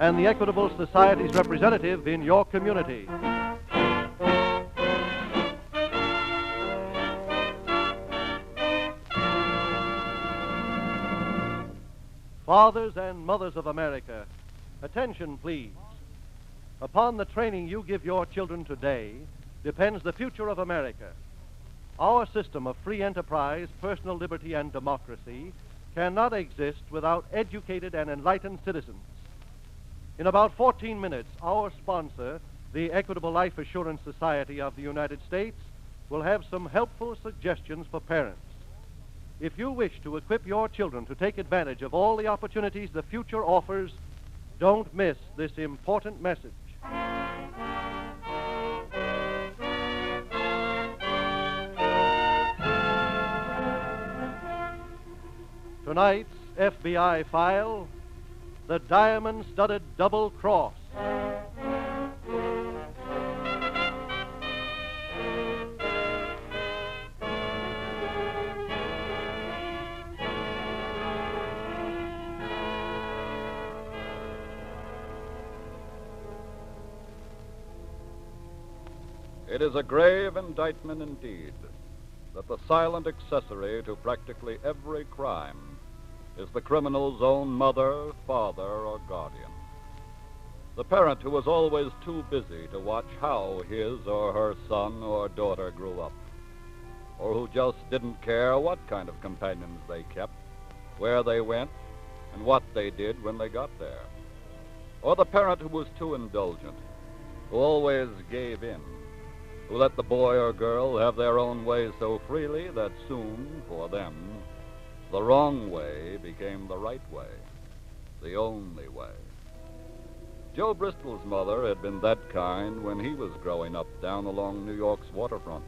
and the Equitable Society's representative in your community. Fathers and mothers of America, attention, please. Upon the training you give your children today depends the future of America. Our system of free enterprise, personal liberty, and democracy cannot exist without educated and enlightened citizens. In about 14 minutes, our sponsor, the Equitable Life Assurance Society of the United States, will have some helpful suggestions for parents. If you wish to equip your children to take advantage of all the opportunities the future offers, don't miss this important message. Tonight's FBI file The Diamond Studded Double Cross. It is a grave indictment indeed that the silent accessory to practically every crime is the criminal's own mother, father, or guardian. The parent who was always too busy to watch how his or her son or daughter grew up, or who just didn't care what kind of companions they kept, where they went, and what they did when they got there. Or the parent who was too indulgent, who always gave in, who let the boy or girl have their own way so freely that soon, for them, the wrong way became the right way, the only way. Joe Bristol's mother had been that kind when he was growing up down along New York's waterfront,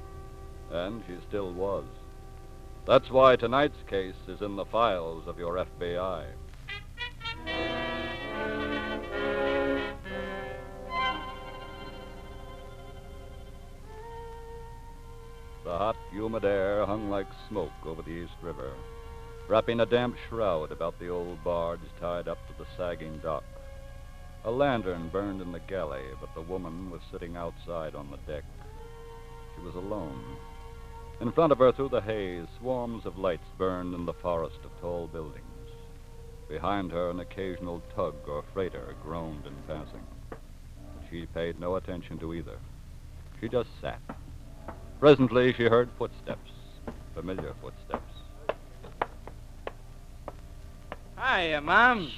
and she still was. That's why tonight's case is in the files of your FBI. The hot, humid air hung like smoke over the East River, wrapping a damp shroud about the old barge tied up to the sagging dock. A lantern burned in the galley, but the woman was sitting outside on the deck. She was alone. In front of her, through the haze, swarms of lights burned in the forest of tall buildings. Behind her, an occasional tug or freighter groaned in passing. She paid no attention to either. She just sat. Presently, she heard footsteps, familiar footsteps. Hiya, Mom.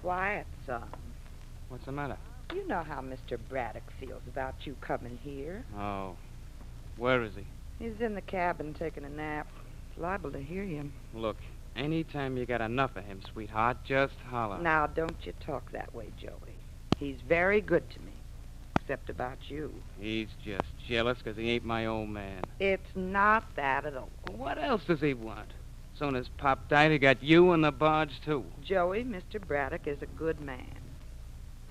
Quiet, son. What's the matter? You know how Mr. Braddock feels about you coming here. Oh. Where is he? He's in the cabin taking a nap. It's liable to hear you. Look, anytime you got enough of him, sweetheart, just holler. Now, don't you talk that way, Joey. He's very good to me, except about you. He's just jealous 'cause he ain't my old man. It's not that at all. What else does he want? Soon as Pop died, he got you on the barge, too. Joey, Mr. Braddock is a good man.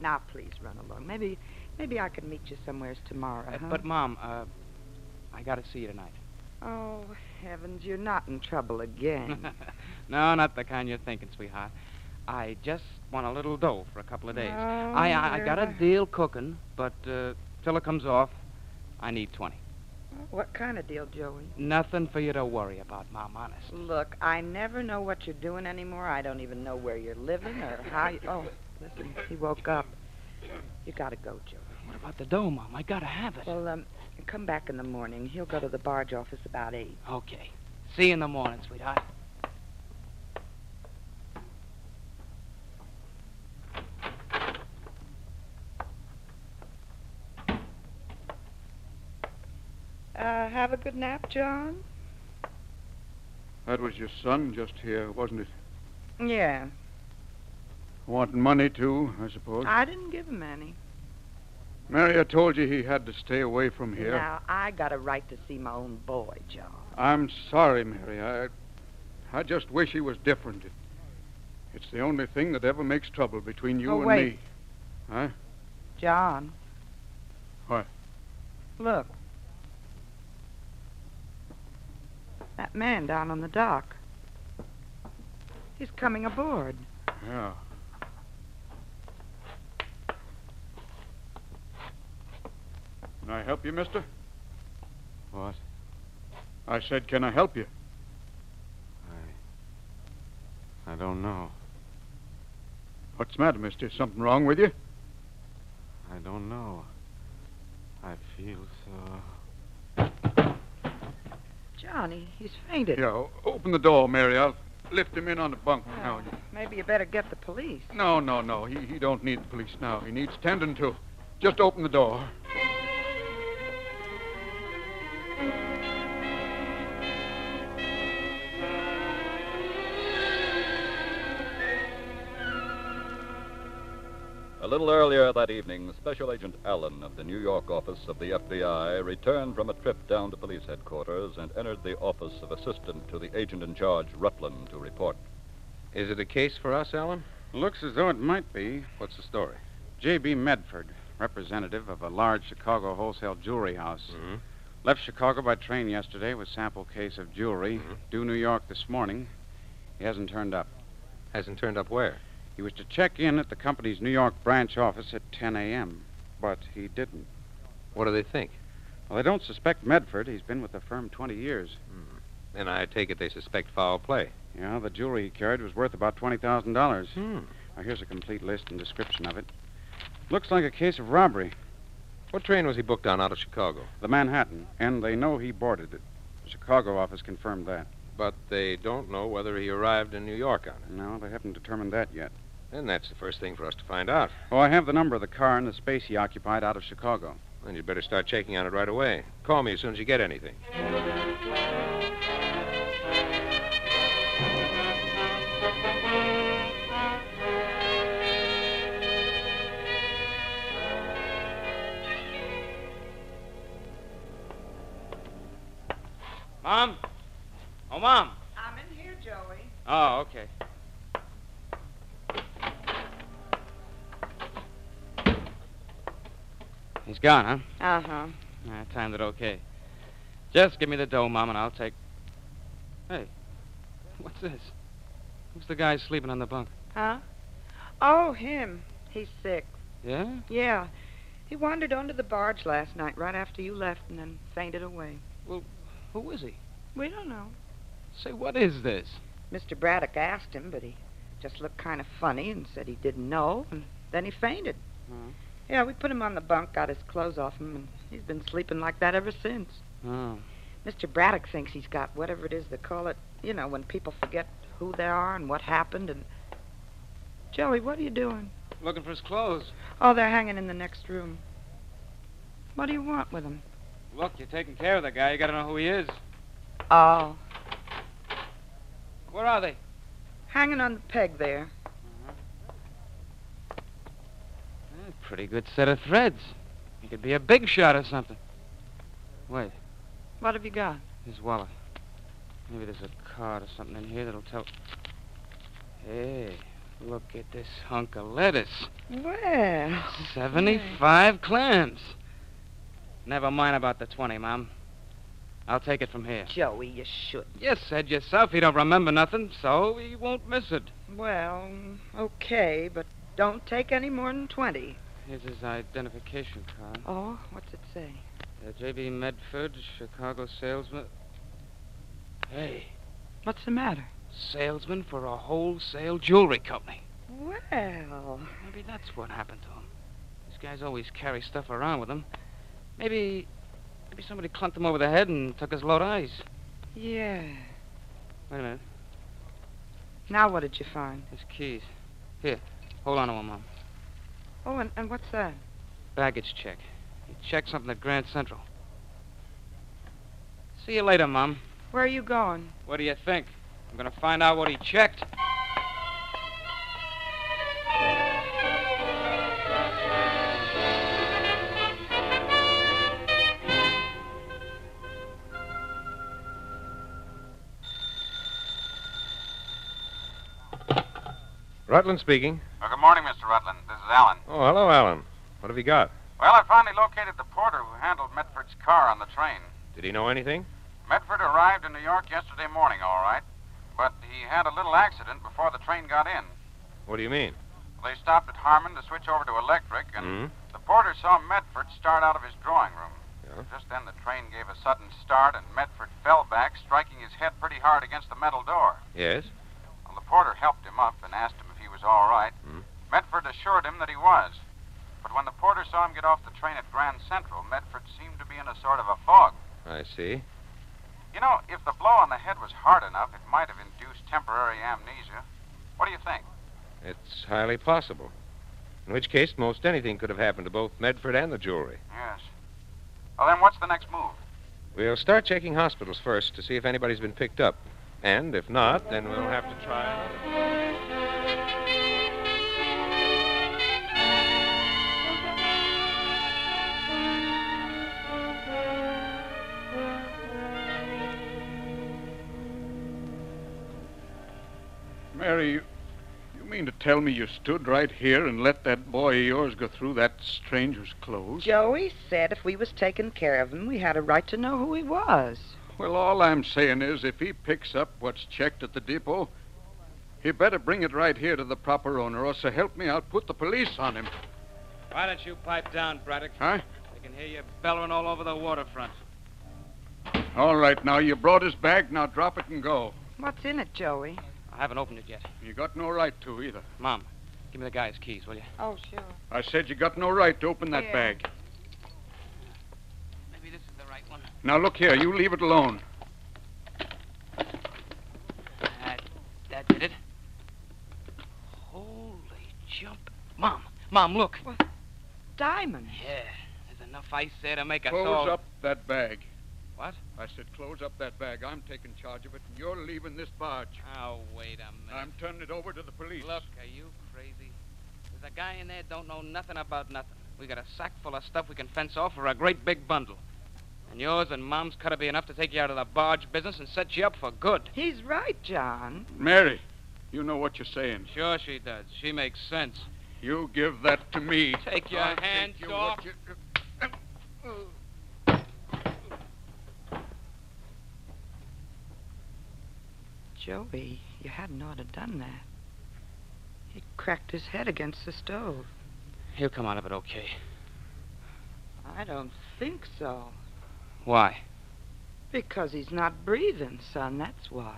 Now, please run along. Maybe, maybe I can meet you somewheres tomorrow. Uh, huh? But, Mom, uh, I gotta see you tonight. oh heavens, you're not in trouble again. no, not the kind you're thinking, sweetheart. I just want a little dough for a couple of days. Oh, I, I, I got a Mother. deal cooking, but uh, till it comes off, I need 20. What kind of deal, Joey? Nothing for you to worry about, Mom, honest. Look, I never know what you're doing anymore. I don't even know where you're living or how. You... Oh, listen, he woke up. You gotta go, Joe. What about the dough, Mom? I gotta have it. Well, um, come back in the morning. He'll go to the barge office about eight. Okay. See you in the morning, sweetheart. Uh, have a good nap, John. That was your son just here, wasn't it? Yeah. Want money, too, I suppose. I didn't give him any. Mary, I told you he had to stay away from here. Now, I got a right to see my own boy, Joe. I'm sorry, Mary. I, I just wish he was different. It, it's the only thing that ever makes trouble between you Oh, and wait. me. Huh? John. What? Look. That man down on the dock. He's coming aboard. Yeah. Can I help you, mister? What? I said, can I help you? I. I don't know. What's the matter, mister? Something wrong with you? I don't know. I feel so. Johnny, he's fainted. Yeah, o- open the door, Mary. I'll lift him in on the bunk Well, now. Maybe you better get the police. No, no, no. He, he don't need the police now. He needs tending to. Just open the door. A little earlier that evening, Special Agent Allen of the New York office of the FBI returned from a trip down to police headquarters and entered the office of assistant to the agent in charge, Rutland, to report. Is it a case for us, Allen? Looks as though it might be. What's the story? J.B. Medford, representative of a large Chicago wholesale jewelry house, Mm-hmm. left Chicago by train yesterday with sample case of jewelry, Mhm. due New York this morning. He hasn't turned up. Hasn't turned up where? He was to check in at the company's New York branch office at 10 a.m., but he didn't. What do they think? Well, they don't suspect Medford. He's been with the firm 20 years. And I take it they suspect foul play. Yeah, the jewelry he carried was worth about $20,000. Hmm. Now, here's a complete list and description of it. Looks like a case of robbery, What train was he booked on out of Chicago? the Manhattan, and they know he boarded it. The Chicago office confirmed that. But they don't know whether he arrived in New York on it. No, they haven't determined that yet. And that's the first thing for us to find out. Oh, I have the number of the car and the space he occupied out of Chicago. Then you'd better start checking on it right away. Call me as soon as you get anything. Mom? Oh, Mom. I'm in here, Joey. Oh, okay. He's gone, huh? Uh huh. I timed it okay. Just give me the dough, Mom, and I'll take. Hey, what's this? Who's the guy sleeping on the bunk? Huh? Oh, him. He's sick. Yeah? Yeah. He wandered onto the barge last night right after you left and then fainted away. Who is he? We don't know. Say, what is this? Mr. Braddock asked him, but he just looked kind of funny and said he didn't know, and then he fainted. Hmm. Yeah, we put him on the bunk, got his clothes off him, and he's been sleeping like that ever since. Oh. Mr. Braddock thinks he's got whatever it is they call it, you know, when people forget who they are and what happened, and. Joey, what are you doing? Looking for his clothes. Oh, they're hanging in the next room. What do you want with them? Look, you're taking care of the guy. You gotta know who he is. Oh. Where are they? Hanging on the peg there. Hmm, Pretty good set of threads. He could be a big shot or something. Wait, What have you got? his wallet. Maybe there's a card or something in here that'll tell. Hey, look at this hunk of lettuce. Well. 75 clams. Never mind about the 20, Mom. I'll take it from here. Joey, you should. You said yourself he don't remember nothing, so he won't miss it. Well, okay, but don't take any more than 20. Here's his identification card. Oh, what's it say? Uh, J.B. Medford, Chicago salesman. Hey, What's the matter? salesman for a wholesale jewelry company. Well, Maybe that's what happened to him. These guys always carry stuff around with them. Maybe, maybe somebody clunked him over the head and took his load of ice. yeah. Wait a minute, Now what did you find? his keys. Here, hold on to him, Mom. Oh, and, and what's that? Baggage check. He checked something at Grand Central. See you later, Mom. Where are you going? What do you think? I'm gonna find out what he checked. Rutland speaking. Well, good morning, Mr. Rutland. This is Alan. Oh, hello, Alan. What have you got? Well, I finally located the porter who handled Medford's car on the train. Did he know anything? Medford arrived in New York yesterday morning, all right. But he had a little accident before the train got in. What do you mean? They stopped at Harmon to switch over to electric, and Mm-hmm. Hmm? the porter saw Medford start out of his drawing room. Yeah. Just then, the train gave a sudden start, and Medford fell back, striking his head pretty hard against the metal door. Yes. Well, the porter helped him up and asked him if he was all right. Hmm. Medford assured him that he was. But when the porter saw him get off the train at Grand Central, Medford seemed to be in a sort of a fog. I see. You know, if the blow on the head was hard enough, it might have induced temporary amnesia. What do you think? It's highly possible. In which case, most anything could have happened to both Medford and the jewelry. Yes. Well, then what's the next move? We'll start checking hospitals first to see if anybody's been picked up. And if not, then we'll have to try another. Mary, you, you mean to tell me you stood right here and let that boy of yours go through that stranger's clothes? Joey said if we was taking care of him, we had a right to know who he was. Well, all I'm saying is if he picks up what's checked at the depot, he better bring it right here to the proper owner, or so help me, I'll put the police on him. Why don't you pipe down, Braddock? Huh? They can hear you bellowing all over the waterfront. All right, now, you brought his bag, now drop it and go. What's in it, Joey? I haven't opened it yet. You got no right to either. Mom, give me the guy's keys, will you? Oh, sure. I said you got no right to open that Yeah. bag. Maybe this is the right one. Now, look here, you leave it alone. That, Uh, that did it. Holy jump. Mom, Mom, look. Diamond. Yeah, there's enough ice there to make us Close all... up that bag. What? I said close up that bag. I'm taking charge of it, and you're leaving this barge. Oh, wait a minute. I'm turning it over to the police. Look, are you crazy? There's a guy in there don't know nothing about nothing. We got a sack full of stuff we can fence off for a great big bundle. And yours and Mom's cut to be enough to take you out of the barge business and set you up for good. He's right, John. Mary, you know what you're saying. Sure she does. She makes sense. You give that to me. Take your I'll hands take you off. what you- Joey, you hadn't ought to done that. He cracked his head against the stove. He'll come out of it okay. I don't think so. Why? Because he's not breathing, son, that's why.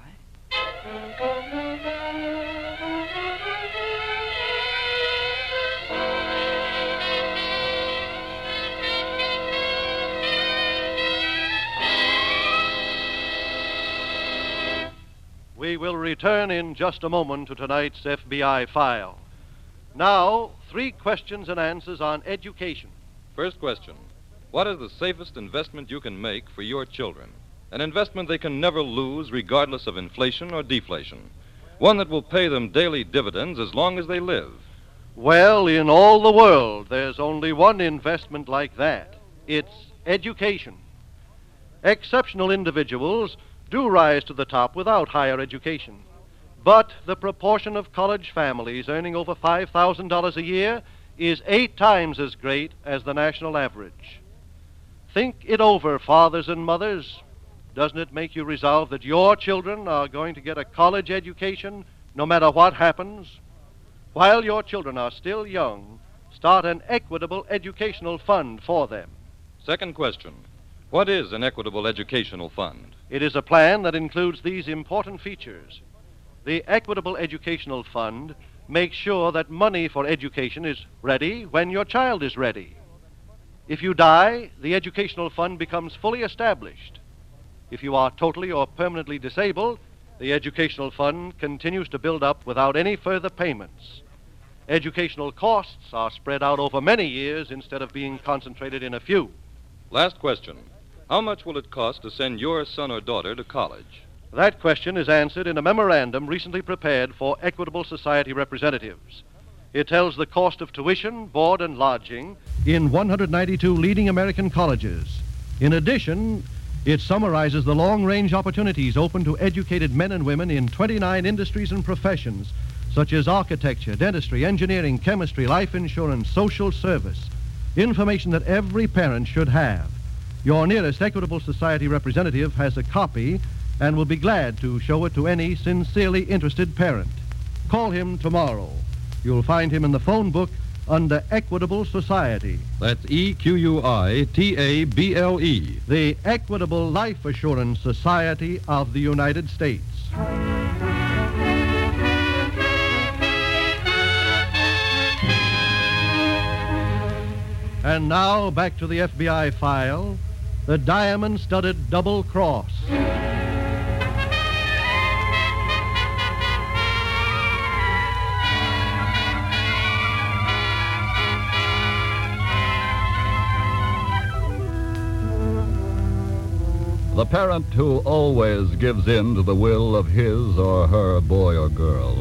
We will return in just a moment to tonight's FBI file. Now, three questions and answers on education. First question What is the safest investment you can make for your children? An investment they can never lose, regardless of inflation or deflation. One that will pay them daily dividends as long as they live. Well, in all the world, there's only one investment like that it's education. Exceptional individuals do rise to the top without higher education. But the proportion of college families earning over $5,000 a year is eight times as great as the national average. Think it over, fathers and mothers. Doesn't it make you resolve that your children are going to get a college education no matter what happens? While your children are still young, start an equitable educational fund for them. Second question What is an equitable educational fund? It is a plan that includes these important features. The Equitable Educational Fund makes sure that money for education is ready when your child is ready. If you die, the educational fund becomes fully established. If you are totally or permanently disabled, the educational fund continues to build up without any further payments. Educational costs are spread out over many years instead of being concentrated in a few. Last question How much will it cost to send your son or daughter to college? That question is answered in a memorandum recently prepared for Equitable Society representatives. It tells the cost of tuition, board, and lodging in 192 leading American colleges. In addition, it summarizes the long range opportunities open to educated men and women in 29 industries and professions, such as architecture, dentistry, engineering, chemistry, life insurance, social service. Information that every parent should have. Your nearest Equitable Society representative has a copy and will be glad to show it to any sincerely interested parent. Call him tomorrow. You'll find him in the phone book under Equitable Society. That's E Q U I T A B L E. the Equitable Life Assurance Society of the United States. And now back to the FBI file the diamond studded double cross. The parent who always gives in to the will of his or her boy or girl,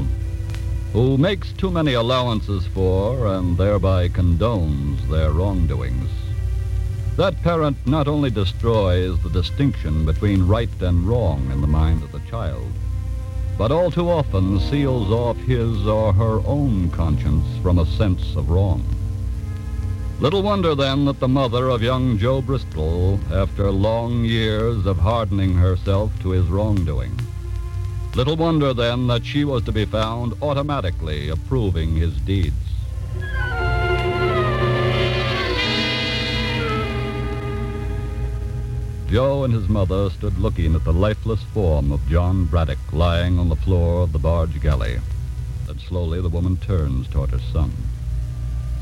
who makes too many allowances for and thereby condones their wrongdoings. That parent not only destroys the distinction between right and wrong in the mind of the child, but all too often seals off his or her own conscience from a sense of wrong. Little wonder then that the mother of young Joe Bristol, after long years of hardening herself to his wrongdoing, little wonder then that she was to be found automatically approving his deeds. Joe and his mother stood looking at the lifeless form of John Braddock lying on the floor of the barge galley. Then slowly the woman turns toward her son.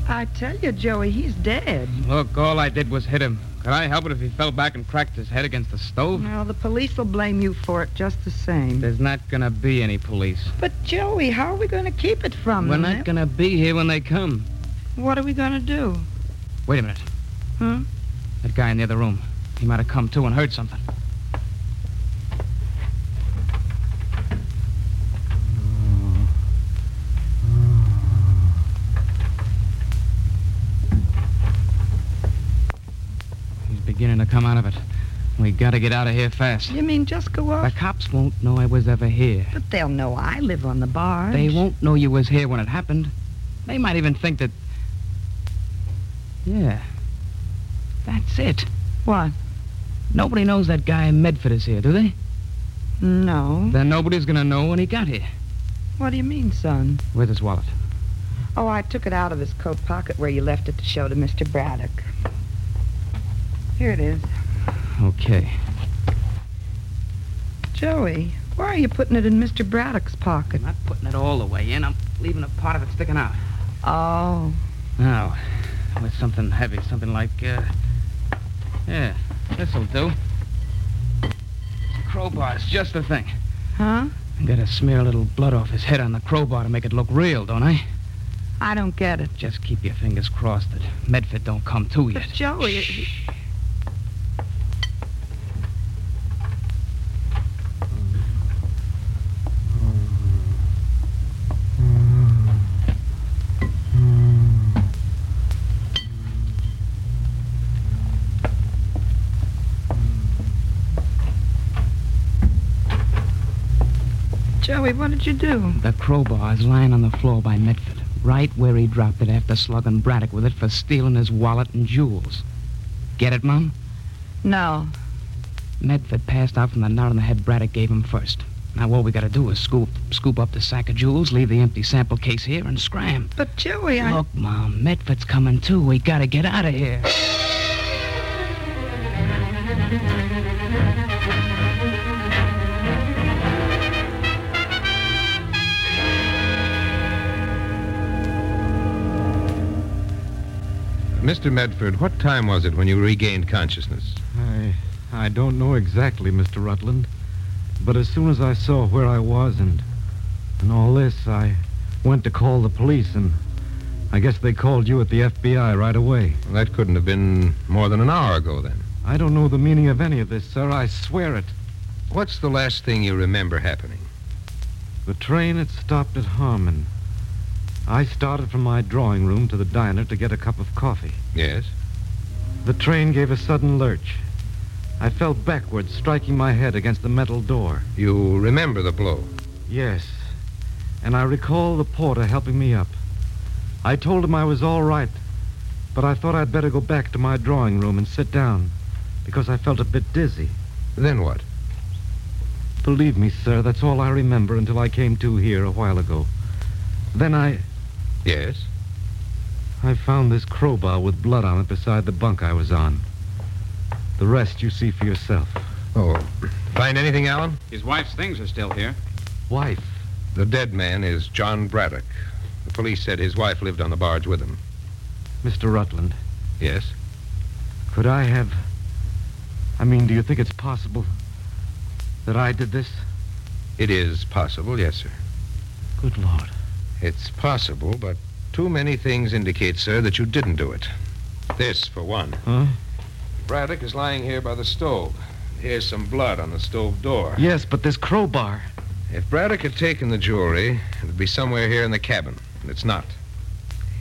I tell you, Joey, he's dead. Look, all I did was hit him. Could I help it if he fell back and cracked his head against the stove? Well, the police will blame you for it just the same. There's not gonna be any police. But, Joey, how are we going to keep it from We're them? eh? not gonna be here when they come. What are we going to do? Wait a minute. Huh? That guy in the other room. He might have come to and heard something. He's beginning to come out of it. We gotta get out of here fast. You mean just go The off? cops won't know I was ever here. But they'll know I live on the barge. They won't know you was here when it happened. They might even think that. Yeah. That's it. What? Nobody knows that guy in Medford is here, do they? No. Then nobody's gonna know when he got here. What do you mean, son? With his wallet? Oh, I took it out of his coat pocket where you left it to show to Mr. Braddock. Here it is. Okay. Joey, why are you putting it in Mr. Braddock's pocket? I'm not putting it all the way in. I'm leaving a part of it sticking out. Oh. Now, with something heavy, something like, uh. Yeah, this'll do. Crowbar's just the thing. Huh? I gotta smear a little blood off his head on the crowbar to make it look real, don't I? I don't get it. Just keep your fingers crossed that Medford don't come to But yet. Joey, it- Shh. Joey, what did you do? The crowbar is lying on the floor by Medford, right where he dropped it after slugging Braddock with it for stealing his wallet and jewels. Get it, Mom? No. Medford passed out from the knot on the head Braddock gave him first. Now all we gotta do is scoop scoop up the sack of jewels, leave the empty sample case here, and scram. But Joey, I. Look, Mom, Medford's coming too. We gotta get out of here. Mr. Medford, what time was it when you regained consciousness? I, I don't know exactly, Mr. Rutland, but as soon as I saw where I was and and all this, I went to call the police, and I guess they called you at the FBI right away. That couldn't have been more than an hour ago, then. I don't know the meaning of any of this, sir. I swear it. What's the last thing you remember happening? The train had stopped at Harmon. I started from my drawing room to the diner to get a cup of coffee. Yes? The train gave a sudden lurch. I fell backward, striking my head against the metal door. You remember the blow. Yes. and I recall the porter helping me up. I told him I was all right, but I thought I'd better go back to my drawing room and sit down because I felt a bit dizzy. Then what? Believe me, sir, that's all I remember until I came to here a while ago. Then I Yes. I found this crowbar with blood on it beside the bunk I was on. The rest you see for yourself. Oh. Find anything, Alan? His wife's things are still here. Wife. The dead man is John Braddock. The police said his wife lived on the barge with him. Mr. Rutland, Yes? could I have. I mean, do you think it's possible that I did this? It is possible, yes, sir. Good Lord. It's possible, but too many things indicate, sir, that you didn't do it. This, for one. Huh? Braddock is lying here by the stove. Here's some blood on the stove door. Yes, but this crowbar. If Braddock had taken the jewelry, it would be somewhere here in the cabin. and It's not.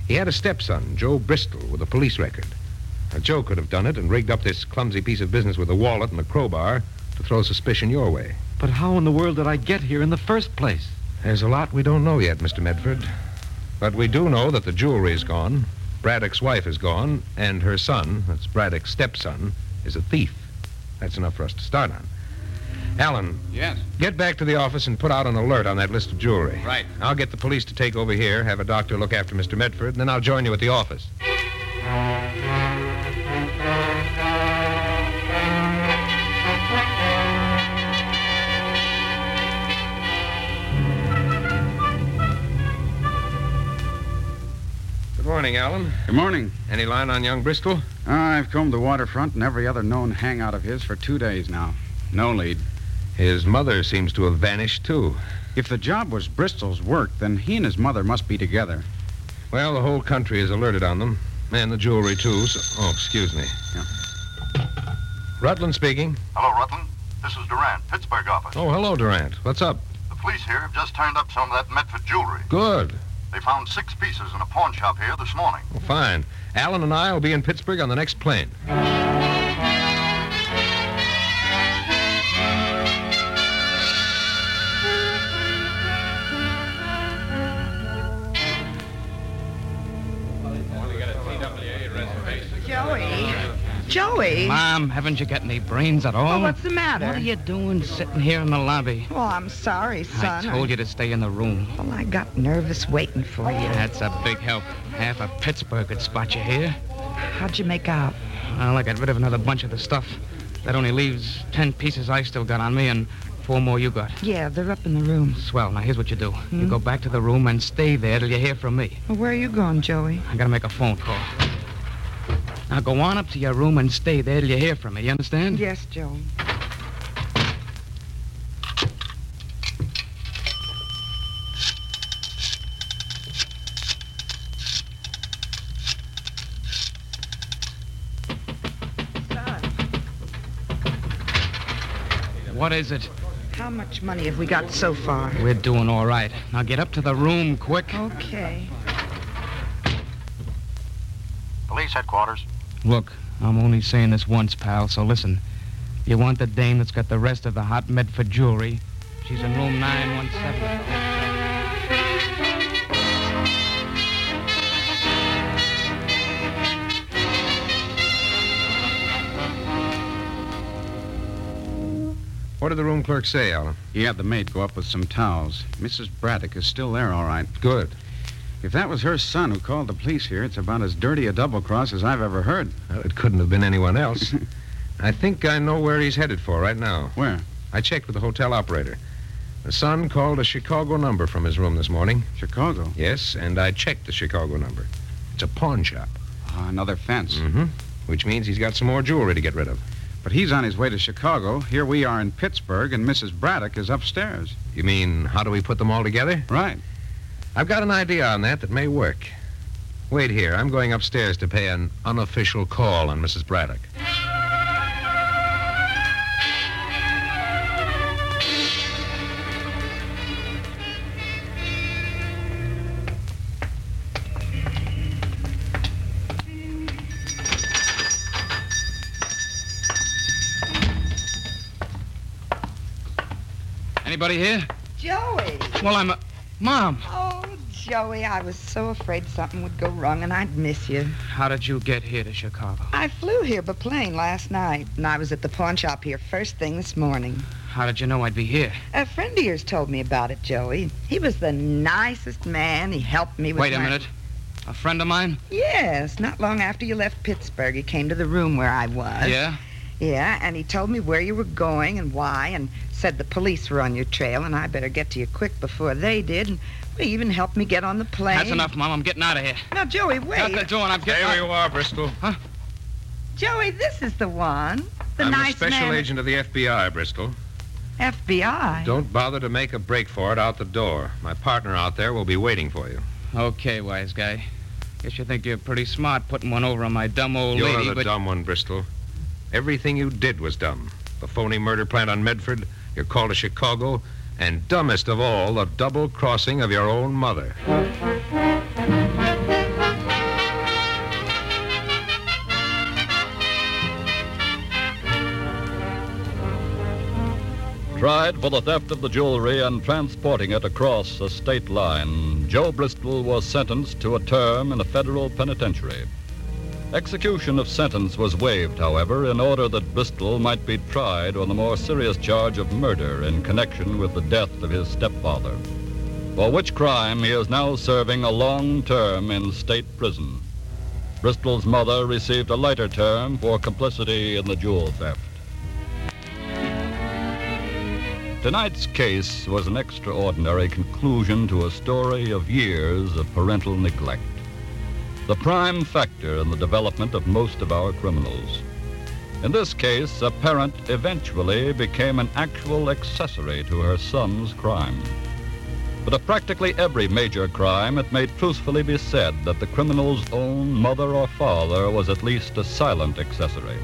He had a stepson, Joe Bristol, with a police record. Now, Joe could have done it and rigged up this clumsy piece of business with a wallet and a crowbar to throw suspicion your way. But how in the world did I get here in the first place? There's a lot we don't know yet, Mr. Medford. But we do know that the jewelry's gone, Braddock's wife is gone, and her son, that's Braddock's stepson, is a thief. That's enough for us to start on. Alan, Yes. Get back to the office and put out an alert on that list of jewelry. Right. I'll get the police to take over here, have a doctor look after Mr. Medford, and then I'll join you at the office. Good morning, Alan. Good morning. Any line on young Bristol? I've combed the waterfront and every other known hangout of his for two days now. No lead. His mother seems to have vanished, too. If the job was Bristol's work, then he and his mother must be together. Well, the whole country is alerted on them, and the jewelry, too, so. Oh, excuse me. Yeah. Rutland speaking. Hello, Rutland. This is Durant, Pittsburgh office. Oh, hello, Durant. What's up? The police here have just turned up some of that Medford jewelry. Good. They found six pieces in a pawn shop here this morning. Well, fine. Alan and I will be in Pittsburgh on the next plane. Joey. Joey. Mom, haven't you got any brains at all? Well, what's the matter? What are you doing sitting here in the lobby? Well, Oh, I'm sorry, I son. told you to stay in the room. Well, I got nervous waiting for you. That's a big help. Half of Pittsburgh could spot you here. How'd you make out? Well, I got rid of another bunch of the stuff. That only leaves ten pieces I still got on me and four more you got. Yeah, they're up in the room. Swell. Now, here's what you do. You Hmm? go back to the room and stay there till you hear from me. Well, where are you going, Joey? I gotta make a phone call. Now, go on up to your room and stay there till you hear from me. You understand? Yes, Joey. Son, What is it? how much money have we got so far? We're doing all right. Now, get up to the room quick. Okay. Police headquarters. Look, I'm only saying this once, pal, so listen. You want the dame that's got the rest of the hot Medford jewelry? She's in room 917. What did the room clerk say, Alan? He had the maid go up with some towels. Mrs. Braddock is still there, all right. Good. If that was her son who called the police here, it's about as dirty a double cross as I've ever heard. Well, it couldn't have been anyone else. I think I know where he's headed for right now. Where? I checked with the hotel operator. The son called a Chicago number from his room this morning. Chicago. Yes, and I checked the Chicago number. It's a pawn shop. Ah, another fence. Mm-hmm. Which means he's got some more jewelry to get rid of. But he's on his way to Chicago. Here we are in Pittsburgh, and Mrs. Braddock is upstairs. You mean, how do we put them all together? Right. I've got an idea on that that may work. Wait here. I'm going upstairs to pay an unofficial call on Mrs. Braddock. Anybody here? Joey! Well, I'm. Mom, Oh, Joey, I was so afraid something would go wrong and I'd miss you. how did you get here to Chicago? I flew here by plane last night, and I was at the pawn shop here first thing this morning. How did you know I'd be here? A friend of yours told me about it, Joey. He was the nicest man. He helped me with Wait a my- minute. A friend of mine? Yes, not long after you left Pittsburgh, he came to the room where I was. Yeah? Yeah, and he told me where you were going and why, and said the police were on your trail, and I better get to you quick before they did. And he even helped me get on the plane. That's enough, Mom. I'm getting out of here. Now, Joey, wait. Got the door and I'm getting There out. you are, Bristol. Huh? Joey, this is the one. The I'm nice a special man. agent of the FBI, Bristol. FBI. Don't bother to make a break for it out the door. My partner out there will be waiting for you. Okay, wise guy. Guess you think you're pretty smart putting one over on my dumb old You're lady, the but dumb one, Bristol. Everything you did was dumb. The phony murder plant on Medford, your call to Chicago, and dumbest of all, the double crossing of your own mother. Tried for the theft of the jewelry and transporting it across a state line, Joe Bristol was sentenced to a term in a federal penitentiary. Execution of sentence was waived, however, in order that Bristol might be tried on the more serious charge of murder in connection with the death of his stepfather, for which crime he is now serving a long term in state prison. Bristol's mother received a lighter term for complicity in the jewel theft. Tonight's case was an extraordinary conclusion to a story of years of parental neglect. The prime factor in the development of most of our criminals. In this case, a parent eventually became an actual accessory to her son's crime. But of practically every major crime, it may truthfully be said that the criminal's own mother or father was at least a silent accessory.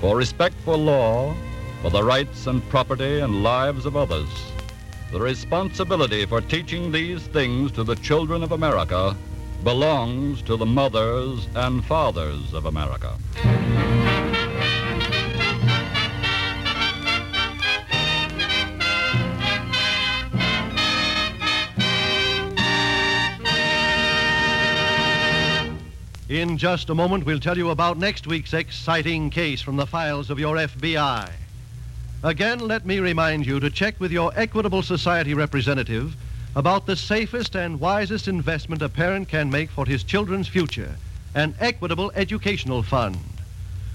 For respect for law, for the rights and property and lives of others, the responsibility for teaching these things to the children of America belongs to the mothers and fathers of America. In just a moment, we'll tell you about next week's exciting case from the files of your FBI. Again, let me remind you to check with your Equitable Society representative about the safest and wisest investment a parent can make for his children's future an Equitable Educational Fund.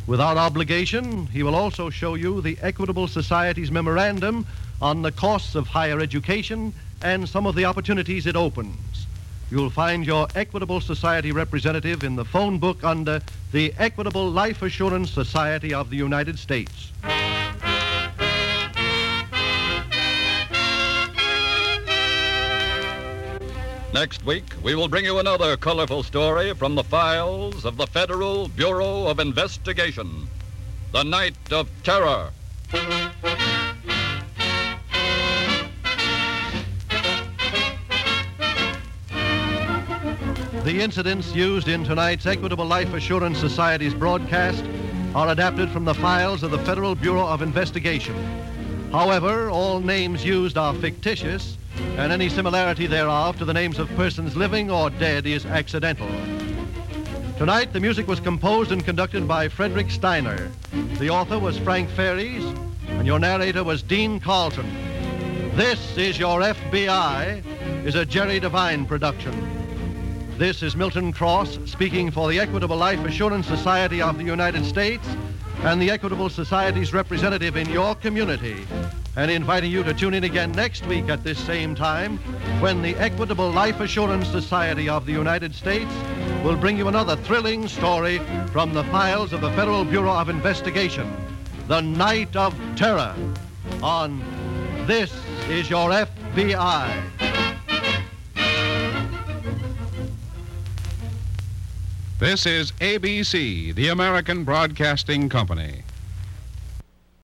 Without obligation, he will also show you the Equitable Society's memorandum on the costs of higher education and some of the opportunities it opens. You'll find your Equitable Society representative in the phone book under the Equitable Life Assurance Society of the United States. Next week, we will bring you another colorful story from the files of the Federal Bureau of Investigation The Night of Terror. The incidents used in tonight's Equitable Life Assurance Society's broadcast are adapted from the files of the Federal Bureau of Investigation. However, all names used are fictitious, and any similarity thereof to the names of persons living or dead is accidental. Tonight, the music was composed and conducted by Frederick Steiner. The author was Frank Ferries, and your narrator was Dean Carlton. This is Your FBI is a Jerry Devine production. This is Milton Cross speaking for the Equitable Life Assurance Society of the United States and the Equitable Society's representative in your community and inviting you to tune in again next week at this same time when the Equitable Life Assurance Society of the United States will bring you another thrilling story from the files of the Federal Bureau of Investigation, The Night of Terror, on This is Your FBI. This is ABC, the American Broadcasting Company.